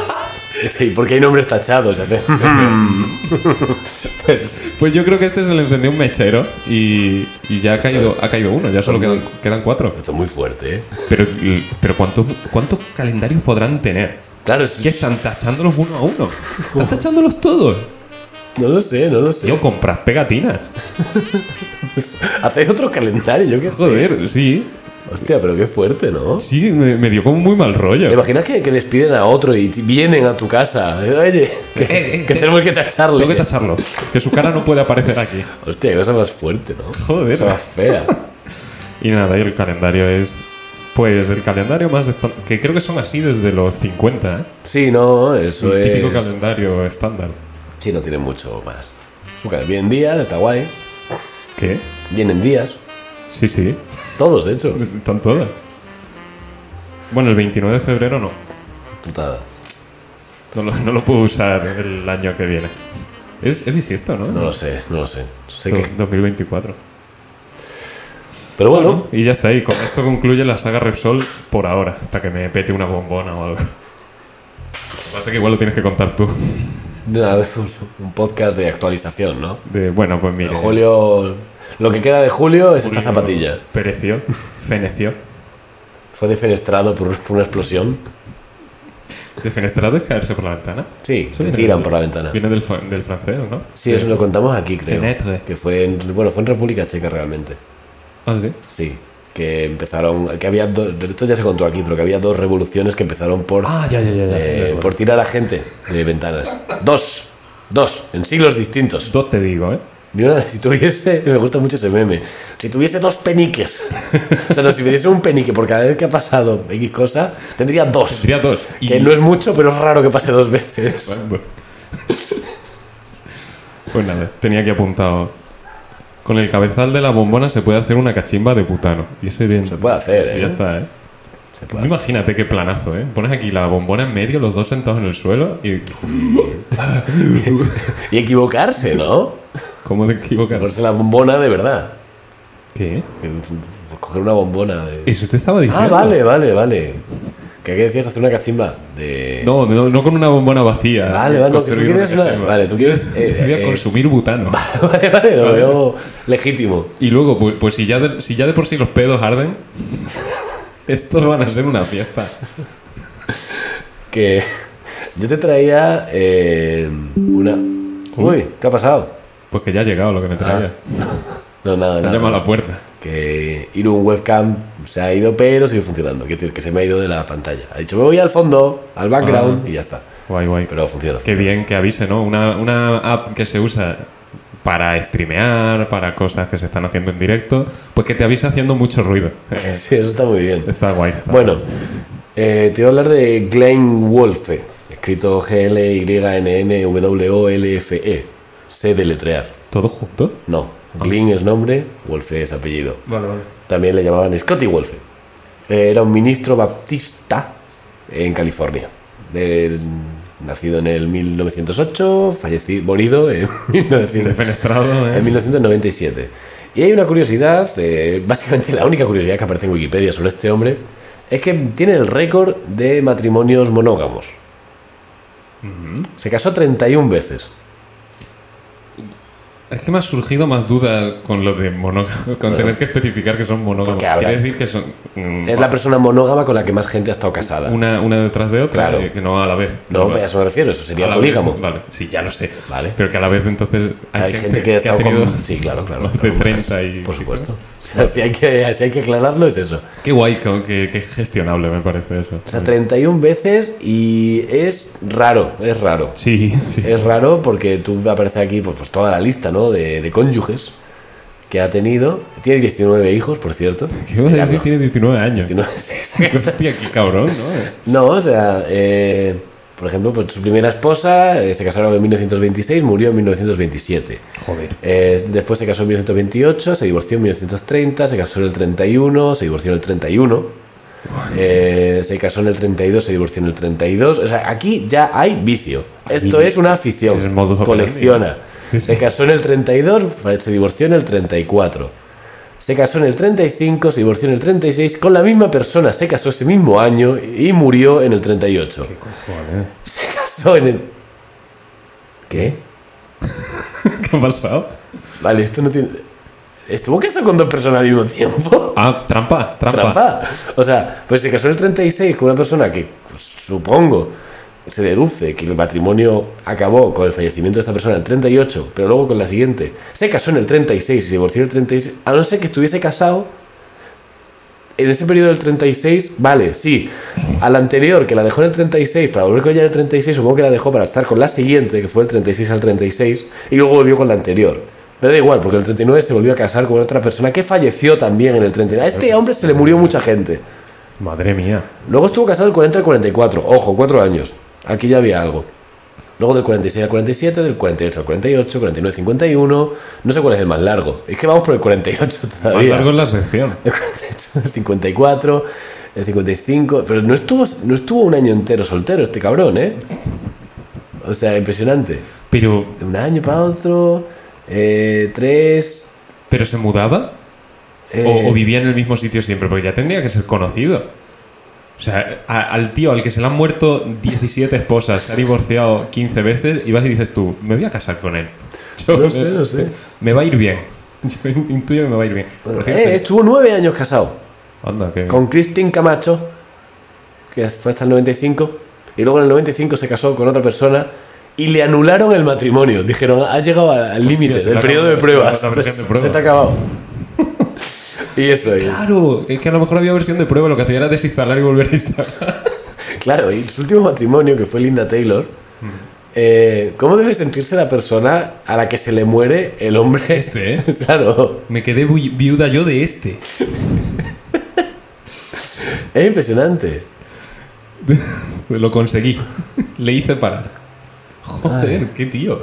Dice, ¿Y por qué hay nombres tachados? Y hace, Mm. pues, Pues yo creo que a este se le encendió un mechero y, y ya ha caído, ha caído uno, ya solo quedan, quedan cuatro. esto es muy fuerte, ¿eh? Pero, pero ¿cuántos, ¿cuántos calendarios podrán tener? Claro, es- ¿Qué están tachándolos uno a uno? Están tachándolos todos. no lo sé, no lo sé. Tío, compras pegatinas. Hacéis otro calendario, yo qué sé. Joder, sí. Hostia, pero qué fuerte, ¿no? Sí, me, me dio como muy mal rollo. ¿Te imaginas que, que despiden a otro y t- vienen a tu casa? Eh, Oye, que, eh, que eh, tenemos que tacharle. Tengo que tacharlo. Que su cara no puede aparecer aquí. Hostia, qué cosa más fuerte, ¿no? Qué cosa Joder. más fea. Y nada, y el calendario es. Pues el calendario más. estan- Que creo que son así desde los 50, ¿eh? Sí, no, eso el es. típico calendario estándar. Sí, no tiene mucho más. Azúcar, vienen días, está guay. ¿Qué? Vienen días. Sí, sí. Todos, de hecho. Están todas. Bueno, el 29 de febrero no. Putada. No lo, no lo puedo usar el año que viene. Es, es bisiesto, ¿no? No lo sé, no lo sé. Sé Do- que- 2024. Pero bueno, Y ya está, y con esto concluye la saga Repsol por ahora, hasta que me pete una bombona o algo. Lo que pasa es que igual lo tienes que contar tú. una vez un- un podcast de actualización, ¿no? De, bueno, pues mire. En julio. Lo que queda de julio es esta zapatilla. Pereció, feneció. Fue defenestrado por, por una explosión. Defenestrado es caerse por la ventana. Sí, Eso le viene tiran del- por la ventana. Viene del, fran- del francés, ¿no? Sí, eso lo contamos aquí, creo. Fenetre. Que fue en, bueno, fue en República Checa realmente. Ah, sí. Sí, que empezaron, que había dos, esto ya se contó aquí, pero que había dos revoluciones que empezaron por, Ah, ya, ya, ya. ya. eh, Ya, por tirar a gente de ventanas. Dos, dos, en siglos distintos. Dos te digo, ¿eh? Y una, si tuviese, me gusta mucho ese meme, si tuviese dos peniques, o sea, no, si me diese un penique por cada vez que ha pasado X cosa, tendría dos. Diría dos. Y... Que no es mucho, pero es raro que pase dos veces. Bueno. Pues nada, tenía aquí apuntado. Con el cabezal de la bombona se puede hacer una cachimba de putano. Y ese bien. Se puede hacer, ¿eh? Ya está, ¿eh? Se Tú puede hacer. Imagínate qué planazo, ¿eh? Pones aquí la bombona en medio, los dos sentados en el suelo y... Y equivocarse, ¿no? ¿Cómo te equivocas? Ponerse la bombona de verdad. ¿Qué? Que- Coger una bombona de... Eso te estaba diciendo. Ah, vale, vale, vale. Que aquí decías hacer una cachimba de. No, no, no con una bombona vacía. Vale, vale, no, que tú Ah, Construir quieres una- cachimba. Vale, tú quieres. eh, Voy a eh, consumir butano. Vale, vale, lo veo legítimo. Y luego, pues, pues si, ya de, si ya de por sí los pedos arden, estos van a ser una fiesta. Que. Yo te traía. eh, una. Uy, ¿qué ha pasado? Pues que ya ha llegado lo que me Ah, traía. No, nada, Me nada. han llamado a la puerta. Que ir un webcam se ha ido, pero sigue funcionando. Quiero decir, que se me ha ido de la pantalla. Ha dicho, me voy al fondo, al background Ah. y ya está. Guay, guay. Pero funciona. Qué bien que avise, ¿no? Una, una app que se usa para streamear, para cosas que se están haciendo en directo, pues que te avisa haciendo mucho ruido. Sí, eso está muy bien. Está guay. está Eh. Bueno, eh, te voy a hablar de Glenn Wolfe, escrito G-L-Y-N-N-W-O-L-F-E. Sé deletrear. guay. ¿Todo junto? No, Ah. Glenn es nombre, Wolfe es apellido. Vale, vale. También le llamaban Scotty Wolfe. Eh, era un ministro baptista en California. Eh, nacido en el 1908, fallecido, morido en 1900. Defenestrado, En ¿eh? 1997. Y hay una curiosidad, eh, básicamente la única curiosidad que aparece en Wikipedia sobre este hombre, es que tiene el récord de matrimonios monógamos. Se casó 31 veces. Es que me ha surgido más duda con lo de monógamo, con tener que especificar que son monógamos. Porque habrá- Quiere decir que son... mm, Es la persona monógama con la que más gente ha estado casada. una, una detrás de otra, Claro. eh, que no a la vez. No, Vale. a eso me refiero, eso A sería la polígamo. vez, Vale, sí, ya lo sé. Vale. Pero que a la vez entonces hay, Hay gente que ha ha estado tenido... con... Sí, claro, claro. más de claro, 30 y- Por supuesto. O sea, si hay, que, si hay que aclararlo es eso. Qué guay, co- que, que gestionable me parece eso. O sea, 31 veces y es raro, es raro. Sí, sí. Es raro porque tú aparece aquí pues, pues toda la lista ¿no? de, de cónyuges que ha tenido. Tiene 19 hijos, por cierto. ¿Qué vas a Era, decir? no, Tiene 19 años. 19 es esa. Hostia, qué cabrón, ¿no? No, o sea, eh, por ejemplo, pues, su primera esposa eh, se casaron en 1926, murió en 1927. Joder. Eh, después se casó en 1928, se divorció en 1930, se casó en el 31, se divorció en el 31. eh, se casó en el 32, se divorció en el 32. O sea, aquí ya hay vicio. Esto vicio. es una afición. Es el modus operandi. Colecciona. Sí, sí. Se casó en el 32, se divorció en el 34. Se casó en el 35, se divorció en el 36. Con la misma persona se casó ese mismo año y murió en el 38. Cojones. Se casó en el. ¿Qué? ¿Qué ha pasado? Vale, esto no tiene. ¿Estuvo casado con dos personas al mismo tiempo? Ah, trampa, trampa. Trampa. O sea, pues se casó en el 36 con una persona que, pues, supongo, se deduce que el matrimonio acabó con el fallecimiento de esta persona en el 38, pero luego con la siguiente. Se casó en el 36 y se divorció en el 36, a no ser que estuviese casado. En ese periodo del 36, vale, sí. Al anterior, que la dejó en el 36 para volver con ella en el 36, supongo que la dejó para estar con la siguiente, que fue el 36 al 36, y luego volvió con la anterior. Pero da igual, porque el 39 se volvió a casar con otra persona que falleció también en el 39. A este hombre se le murió mucha gente. Madre mía. Luego estuvo casado el 40 al 44. Ojo, cuatro años. Aquí ya había algo. Luego del 46 al 47, del 48 al 48, 49 al 51. No sé cuál es el más largo. Es que vamos por el 48 Más todavía. largo es la sección. El 48, el 54, el 55. Pero no estuvo, no estuvo un año entero soltero este cabrón, ¿eh? O sea, impresionante. Pero, De un año para otro. eh, tres. ¿Pero se mudaba? eh, O, o vivía en el mismo sitio siempre? Porque ya tendría que ser conocido. O sea, a- al tío al que se le han muerto 17 esposas, se ha divorciado 15 veces y vas y dices tú, me voy a casar con él. Yo- No sé, no sé. Me va a ir bien. Yo in- intuyo que me va a ir bien. Por Eh, cierto, estuvo nueve años casado anda, que- con Christine Camacho, que fue hasta el 95, y luego en el 95 se casó con otra persona y le anularon el matrimonio. Dijeron, ha llegado a- al límite se te del ha periodo de acabado pruebas. la versión de prueba. Se te ha acabado. y eso, y- claro. Claro, es que a lo mejor había versión de prueba, lo que hacía era desinstalar y volver a instalar. y su último matrimonio, que fue Linda Taylor. eh, ¿Cómo debe sentirse la persona a la que se le muere el hombre? Este, ¿eh? claro, Me quedé vi- viuda yo de este. es impresionante. Lo conseguí. Le hice parar. Joder, qué tío.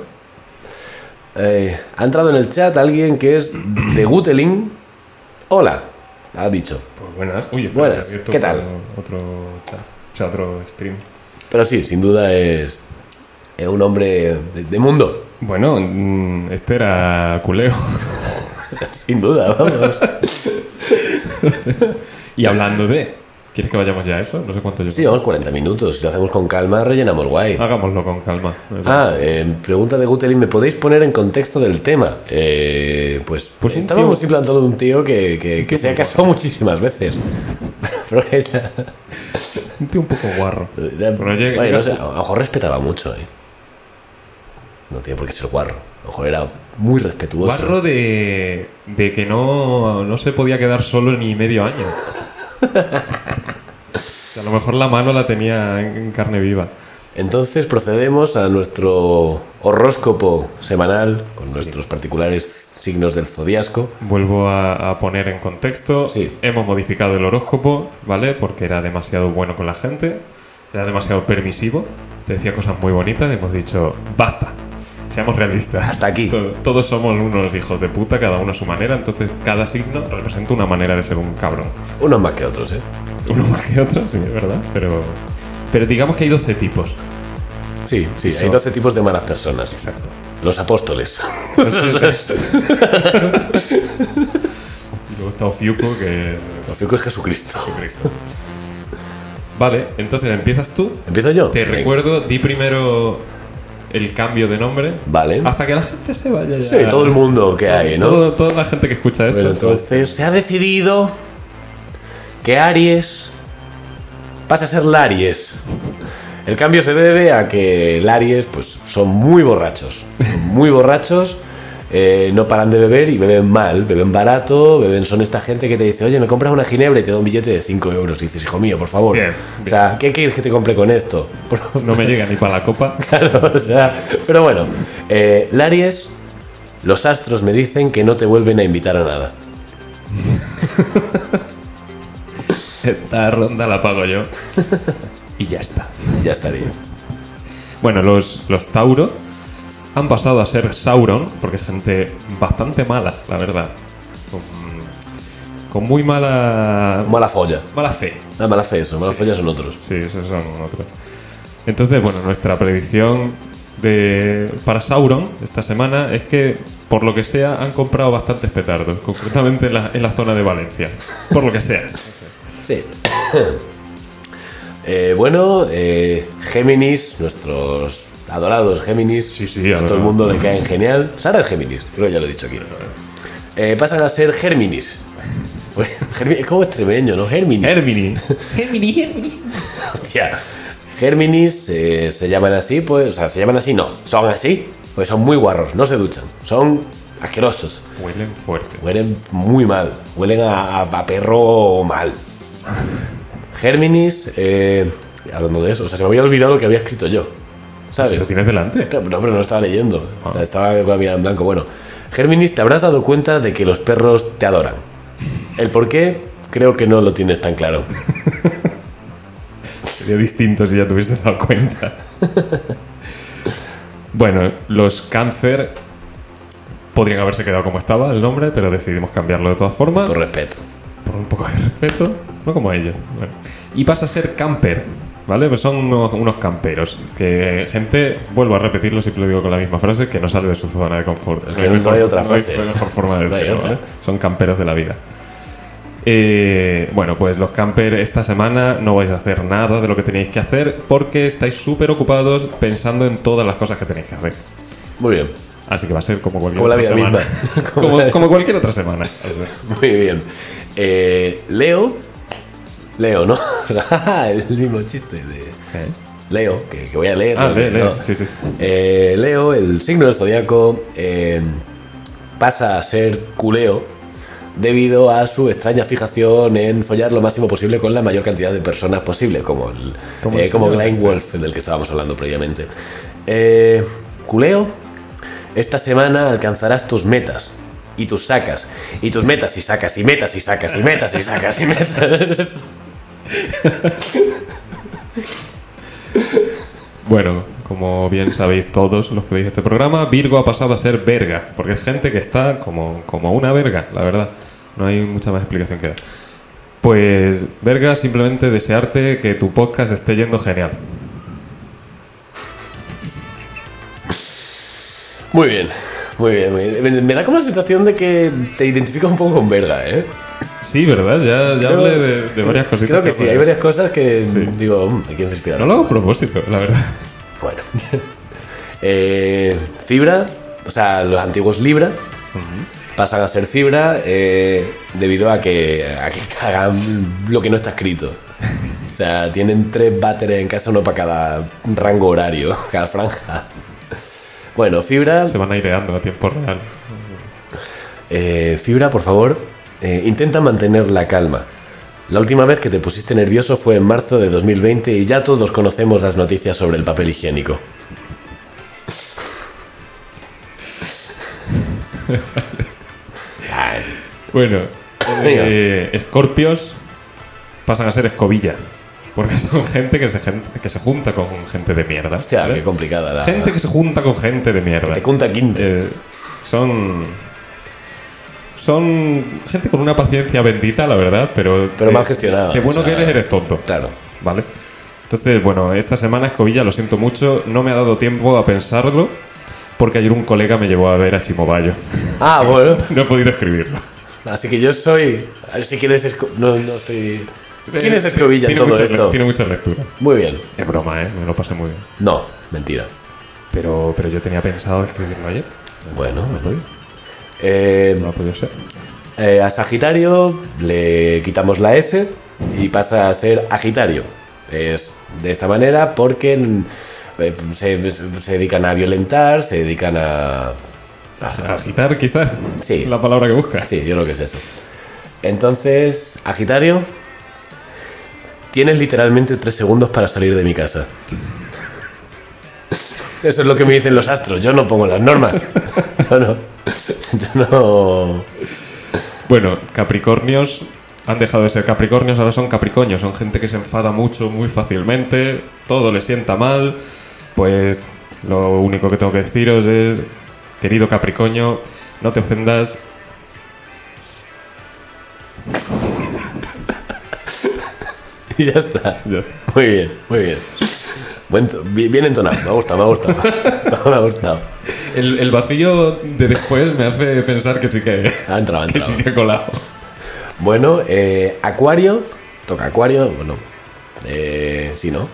Eh, ha entrado en el chat alguien que es de Gutelin. Hola, ha dicho. Pues buenas. Uy, espera, Buenas, he abierto ¿qué tal? Otro, tal. O sea, otro stream. Pero sí, sin duda es, es un hombre de, de mundo. Bueno, mm, este era culeo. Sin duda, vamos. Y hablando de... ¿Quieres que vayamos ya a eso? No sé cuánto yo... Sí, vamos 40 minutos. Si lo hacemos con calma, rellenamos guay. Hagámoslo con calma. Ah, eh, pregunta de Gutelin. ¿Me podéis poner en contexto del tema? Eh, pues, Pues un estábamos tío- simplemente hablando de un tío que, que- que tío se ha muy casado muchísimas veces. Pero ella- Un tío un poco guarro. Eh, Bueno, llega- no llega sé, ju- a lo mejor respetaba mucho, ¿eh? No tiene por qué ser guarro. A lo mejor era muy respetuoso. Guarro de, de que no, no se podía quedar solo ni medio año. O sea, a lo mejor la mano la tenía en, en carne viva. Entonces procedemos a nuestro horóscopo semanal con nuestros particulares signos del zodiasco. Vuelvo a, a poner en contexto. Sí. Hemos modificado el horóscopo, ¿vale? Porque era demasiado bueno con la gente, era demasiado permisivo, te decía cosas muy bonitas y hemos dicho, basta, seamos realistas. Hasta aquí. To- Todos somos unos hijos de puta, cada uno a su manera, entonces cada signo representa una manera de ser un cabrón. Unos más que otros, ¿eh? Uno más que otro, sí, es verdad. Pero, pero digamos que hay 12 tipos. Sí, sí. Eso. Hay 12 tipos de malas personas. Exacto. Los apóstoles. Y luego está Ofiuco, que es Los fico es Jesucristo. Jesucristo. Vale, entonces empiezas tú. ¿Empiezo yo? Te Venga. recuerdo, di primero el cambio de nombre. Vale. Hasta que la gente se vaya ya. Sí, todo el mundo que hay, ¿no? Todo- toda la gente que escucha esto. Bueno, entonces se ha decidido que Aries pasa a ser Laries. El cambio se debe a que Laries pues, son muy borrachos. son Muy borrachos, eh, no paran de beber y beben mal, beben barato, beben son esta gente que te dice, oye, me compras una ginebra y te da un billete de 5 euros. Y dices, hijo mío, por favor. Bien, O sea, ¿qué quieres que te compre con esto? Por favor. pues, No me llega ni para la copa. Claro, o sea, pero bueno, eh, Laries, los astros me dicen que no te vuelven a invitar a nada. Esta ronda la pago yo. Y ya está. Ya estaría. Bueno, los, los Tauro han pasado a ser Sauron, porque es gente bastante mala, la verdad. Con, con muy mala, Mala folla. mala fe. Ah, mala fe eso, mala folla son otros. Sí, esos son otros. Entonces, bueno, nuestra predicción de, para Sauron esta semana es que, por lo que sea, han comprado bastantes petardos, concretamente en la, en la zona de Valencia. Por lo que sea. Sí. Eh, bueno, eh, Géminis, nuestros adorados Géminis. Sí, sí, a todo adorado. el mundo le caen genial. Sara es Géminis, creo que ya lo he dicho aquí. Eh, pasan a ser Gérminis. Germi- Es como extremeño, ¿no? Gérminis. Hermini. Hostia. Gérminis eh, se llaman así, pues, o sea, se llaman así, no, son así, pues son muy guarros, no se duchan, son asquerosos, Huelen fuerte. huelen muy mal, huelen a, a- a perro mal. Gérminis, eh, hablando de eso, o sea, se me había olvidado lo que había escrito yo, Si ¿sabes? lo tienes delante. No, pero no lo estaba leyendo, o sea, estaba con la mirada en blanco. Bueno, Gérminis, te habrás dado cuenta de que los perros te adoran. El por qué, creo que no lo tienes tan claro. Sería distinto si ya te hubieses dado cuenta. Bueno, los cáncer podrían haberse quedado como estaba el nombre, pero decidimos cambiarlo de todas formas Por respeto. por un poco de respeto, no como ellos. Bueno. Y pasa a ser camper, ¿vale? Pues son unos, unos camperos. Que gente, vuelvo a repetirlo, siempre lo digo con la misma frase, que no sale de su zona de confort. que no hay otra frase. ¿eh? No hay mejor forma de No hay decirlo, otra. ¿vale? Son camperos de la vida. Eh, bueno, pues los camper esta semana no vais a hacer nada de lo que tenéis que hacer porque estáis súper ocupados pensando en todas las cosas que tenéis que hacer. Muy bien, Así que va a ser como cualquier Como la otra vida semana. misma. Como como, la- como cualquier otra semana. O sea. muy bien. Eh, Leo. Leo, ¿no? el mismo chiste de. ¿Eh? Leo, que, que voy a leer. Ah, ¿no? lee, lee. No. Sí, sí. Eh, Leo, el signo del zodiaco, eh, pasa a ser culeo debido a su extraña fijación en follar lo máximo posible con la mayor cantidad de personas posible, como, el, Como eh, el como señor Blind este. Wolf, del que estábamos hablando previamente. Eh, culeo, esta semana alcanzarás tus metas. Y tus sacas, y tus metas, y sacas, y metas, y sacas, y metas, y sacas, y metas. Bueno, como bien sabéis todos los que veis este programa, Virgo ha pasado a ser verga, porque es gente que está como, como una verga, la verdad. No hay mucha más explicación que dar. Pues, verga, simplemente desearte que tu podcast esté yendo genial. Muy bien, muy bien, muy bien. Me, me da como la sensación de que te identificas un poco con verga, ¿eh? Sí, ¿verdad? Ya, ya Creo- hablé de, de varias cositas. Creo que sí, hay varias cosas que Sí. digo, mm, ¿a quién se inspira? No lo hago a propósito, la verdad. Bueno. Eh, fibra, o sea, los antiguos Libra pasan a ser fibra eh, debido a que, a que cagan lo que no está escrito. O sea, tienen tres váteres en casa, uno para cada rango horario, cada franja. Bueno, fibra. Se van aireando a tiempo real. Eh, Fibra, por favor, eh, intenta mantener la calma. La última vez que te pusiste nervioso fue en marzo de 2020 y ya todos conocemos las noticias sobre el papel higiénico. Bueno, Venga. eh, escorpios pasan a ser escobilla. Porque son gente que se, gen- que se junta con gente de mierda. Hostia, ¿vale? qué complicada la. Gente que se junta con gente de mierda. te junta quinte. Eh, son. Son gente con una paciencia bendita, la verdad, pero. Pero eh, mal gestionada, De bueno o sea- que eres, eres tonto. Claro. ¿Vale? Entonces, bueno, esta semana Escobilla, lo siento mucho, no me ha dado tiempo a pensarlo, porque ayer un colega me llevó a ver a Chimobayo. Ah, bueno. No he podido escribirlo. Así que yo soy. a ver Si quieres. esco- No, no estoy. ¿Quién es Eh, Escobilla en tiene todo mucha- esto? Tiene mucha lectura. Muy bien. Es broma, ¿eh? Me lo pasé muy bien. No, mentira. Pero, pero yo tenía pensado escribirlo ayer. Bueno, bueno. Eh, No ha podido ser. Eh, a Sagitario le quitamos la S y pasa a ser Agitario. Es de esta manera porque mm, eh, se, se dedican a violentar, se dedican a... a- Agitar, quizás. Sí. La palabra que buscas. sí, yo creo que es eso. Entonces, Agitario, tienes literalmente tres segundos para salir de mi casa. Eso es lo que me dicen los astros. Yo no pongo las normas. Yo no. Yo no. Bueno, Capricornios han dejado de ser Capricornios, ahora son Capricornios. Son gente que se enfada mucho, muy fácilmente, todo le sienta mal. Pues lo único que tengo que deciros es, querido Capricornio, no te ofendas. Y ya está. Ya. Muy bien, muy bien. Buen to- bi- bien entonado, me ha gustado, me ha gustado. Me ha gustado. El, el vacío de después me hace pensar que sí que, Ha entrado, ha que, sí entrado. que he colado. Bueno, eh, Acuario. Toca Acuario, bueno. Eh, sí, ¿no?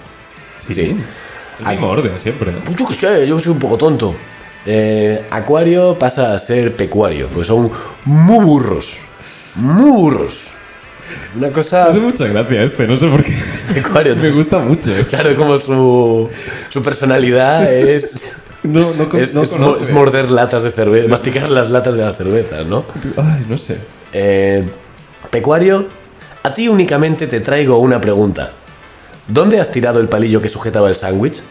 Sí. El mismo orden siempre. Pues yo que sé, yo que soy un poco tonto. Eh, acuario pasa a ser pecuario, porque son muy burros. Muy burros. Una cosa. Hace mucha gracia este, no sé por qué. Pecuario. Me gusta mucho. Claro, como su, su personalidad es. No, no, con- es- no es mo- conoce. es morder latas de cerveza, masticar las latas de la cerveza, ¿no? Ay, no sé. Eh, pecuario, a ti únicamente te traigo una pregunta. ¿Dónde has tirado el palillo que sujetaba el sándwich?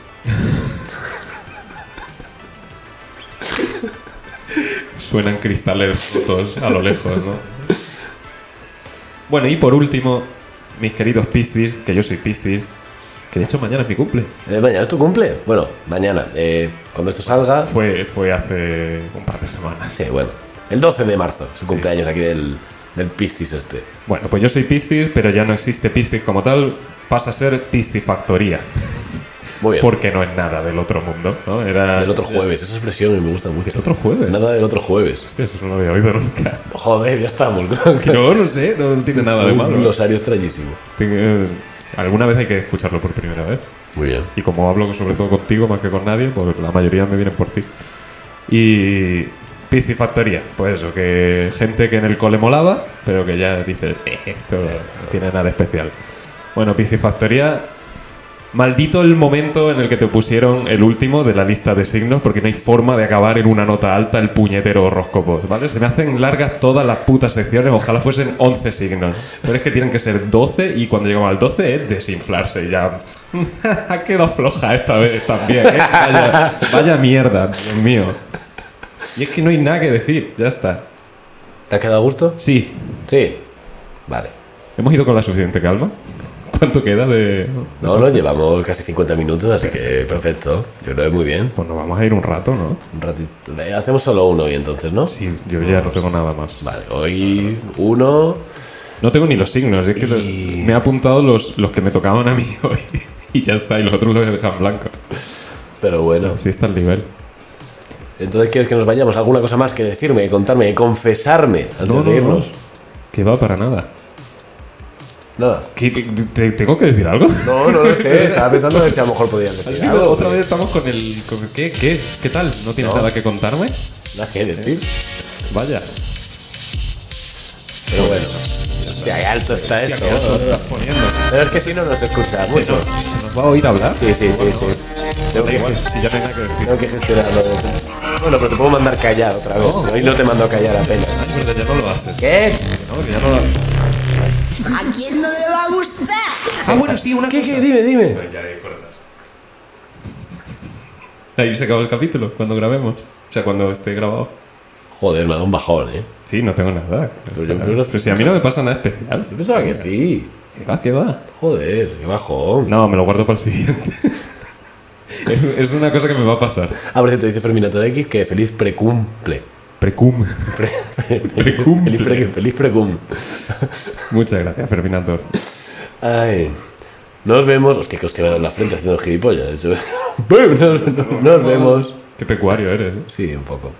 Suenan cristales rotos a lo lejos, ¿no? Bueno, y por último, mis queridos Piscis, que yo soy Piscis, Que de hecho mañana es mi cumple. Eh, mañana es tu cumple. Bueno, mañana. eh, cuando esto salga. Fue, fue hace un par de semanas. Sí, bueno. El 12 de marzo es el cumpleaños aquí del, del Piscis este. Bueno, pues yo soy Piscis, pero ya no existe Piscis como tal. Pasa a ser Piscifactoría. Muy bien. Porque no es nada del otro mundo, ¿no? Era. Del otro jueves. Esa expresión me gusta mucho. ¿Del otro jueves? Nada del otro jueves. Hostia, eso no lo había oído nunca. Joder, ya estamos. con- Que no, no sé, no tiene nada de un malo. glosario extrañísimo. Tiene- eh, Alguna vez hay que escucharlo por primera vez. Muy bien. Y como hablo sobre todo contigo más que con nadie, pues la mayoría me vienen por ti. Y piscifactoría, pues eso, que gente que en el cole molaba, pero que ya dice, "Eh, esto no tiene nada especial. Bueno, piscifactoría, maldito el momento en el que te pusieron el último de la lista de signos, porque no hay forma de acabar en una nota alta el puñetero horóscopo, ¿vale? Se me hacen largas todas las putas secciones, ojalá fuesen 11 signos, pero es que tienen que ser 12 y cuando llegamos al 12 es desinflarse y ya... ha quedado floja esta vez también, ¿eh? Vaya, vaya mierda, Dios mío. Y es que no hay nada que decir, ya está. ¿Te has quedado a gusto? Sí, Sí. Vale. hemos ido con la suficiente calma. ¿Cuánto queda de...? No, no, llevamos casi 50 minutos, así que perfecto. Yo creo que muy bien. Pues nos vamos a ir un rato, ¿no? Un ratito. Eh, Hacemos solo uno hoy entonces, ¿no? Sí, yo ya no tengo nada más. Vale, hoy uno. No tengo ni los signos, es que lo- Y- me he apuntado los, los que me tocaban a mí hoy. Y ya está, y los otros los he dejado en blanco. Pero bueno. Así está el nivel. Entonces, ¿quieres que nos vayamos? ¿Alguna cosa más que decirme, que contarme, que confesarme antes No, de no, no. irnos? Que va para nada. Nada. ¿Qué- te- ¿Tengo que decir algo? No, no lo sé. Estaba pensando que a lo mejor podías decir. Ha sido- algo, otra que- vez estamos con el. con- ¿qué, qué, ¿Qué tal? ¿No tienes No. nada que contarme? Nada que decir. Vaya. Pero bueno. Si hay alto está esto. ¿Qué alto estás poniendo? Pero es que si no nos escucha ¿Se mucho. nos, se nos va a oír hablar? Sí, sí, sí. sí. Tengo Da que- igual, si ya no hay nada que decir. Tengo que gestionarlo. Bueno, pero te puedo mandar callar otra vez. No. Hoy no te mando a callar apenas. Ah, es verdad, ya no lo haces. ¿Qué? No, que ya no lo- ¿A quién no le va a gustar? Ah, bueno, sí, una ¿Qué, cosa. qué? Dime, dime. Pues ya ahí cortas. Ahí se acabó el capítulo, cuando grabemos. O sea, cuando esté grabado. Joder, me ha dado un bajón, ¿eh? Sí, no tengo nada. Pero yo creo que- Pero si a mí no me pasa nada especial. Yo pensaba que sí. ¿Qué va, qué va? Joder, qué bajón. No, me lo guardo para el siguiente. es, es una cosa que me va a pasar. A ver, te dice Ferminator X que feliz precumple. Precum. Pre- Precumple. Feliz, pre- feliz precum. Muchas gracias, Ferminator. Ay. Nos vemos. Hostia, que os quedado en la frente haciendo el gilipollas. de hecho. Nos, nos vemos. Qué pecuario eres. ¿eh? Sí, un poco.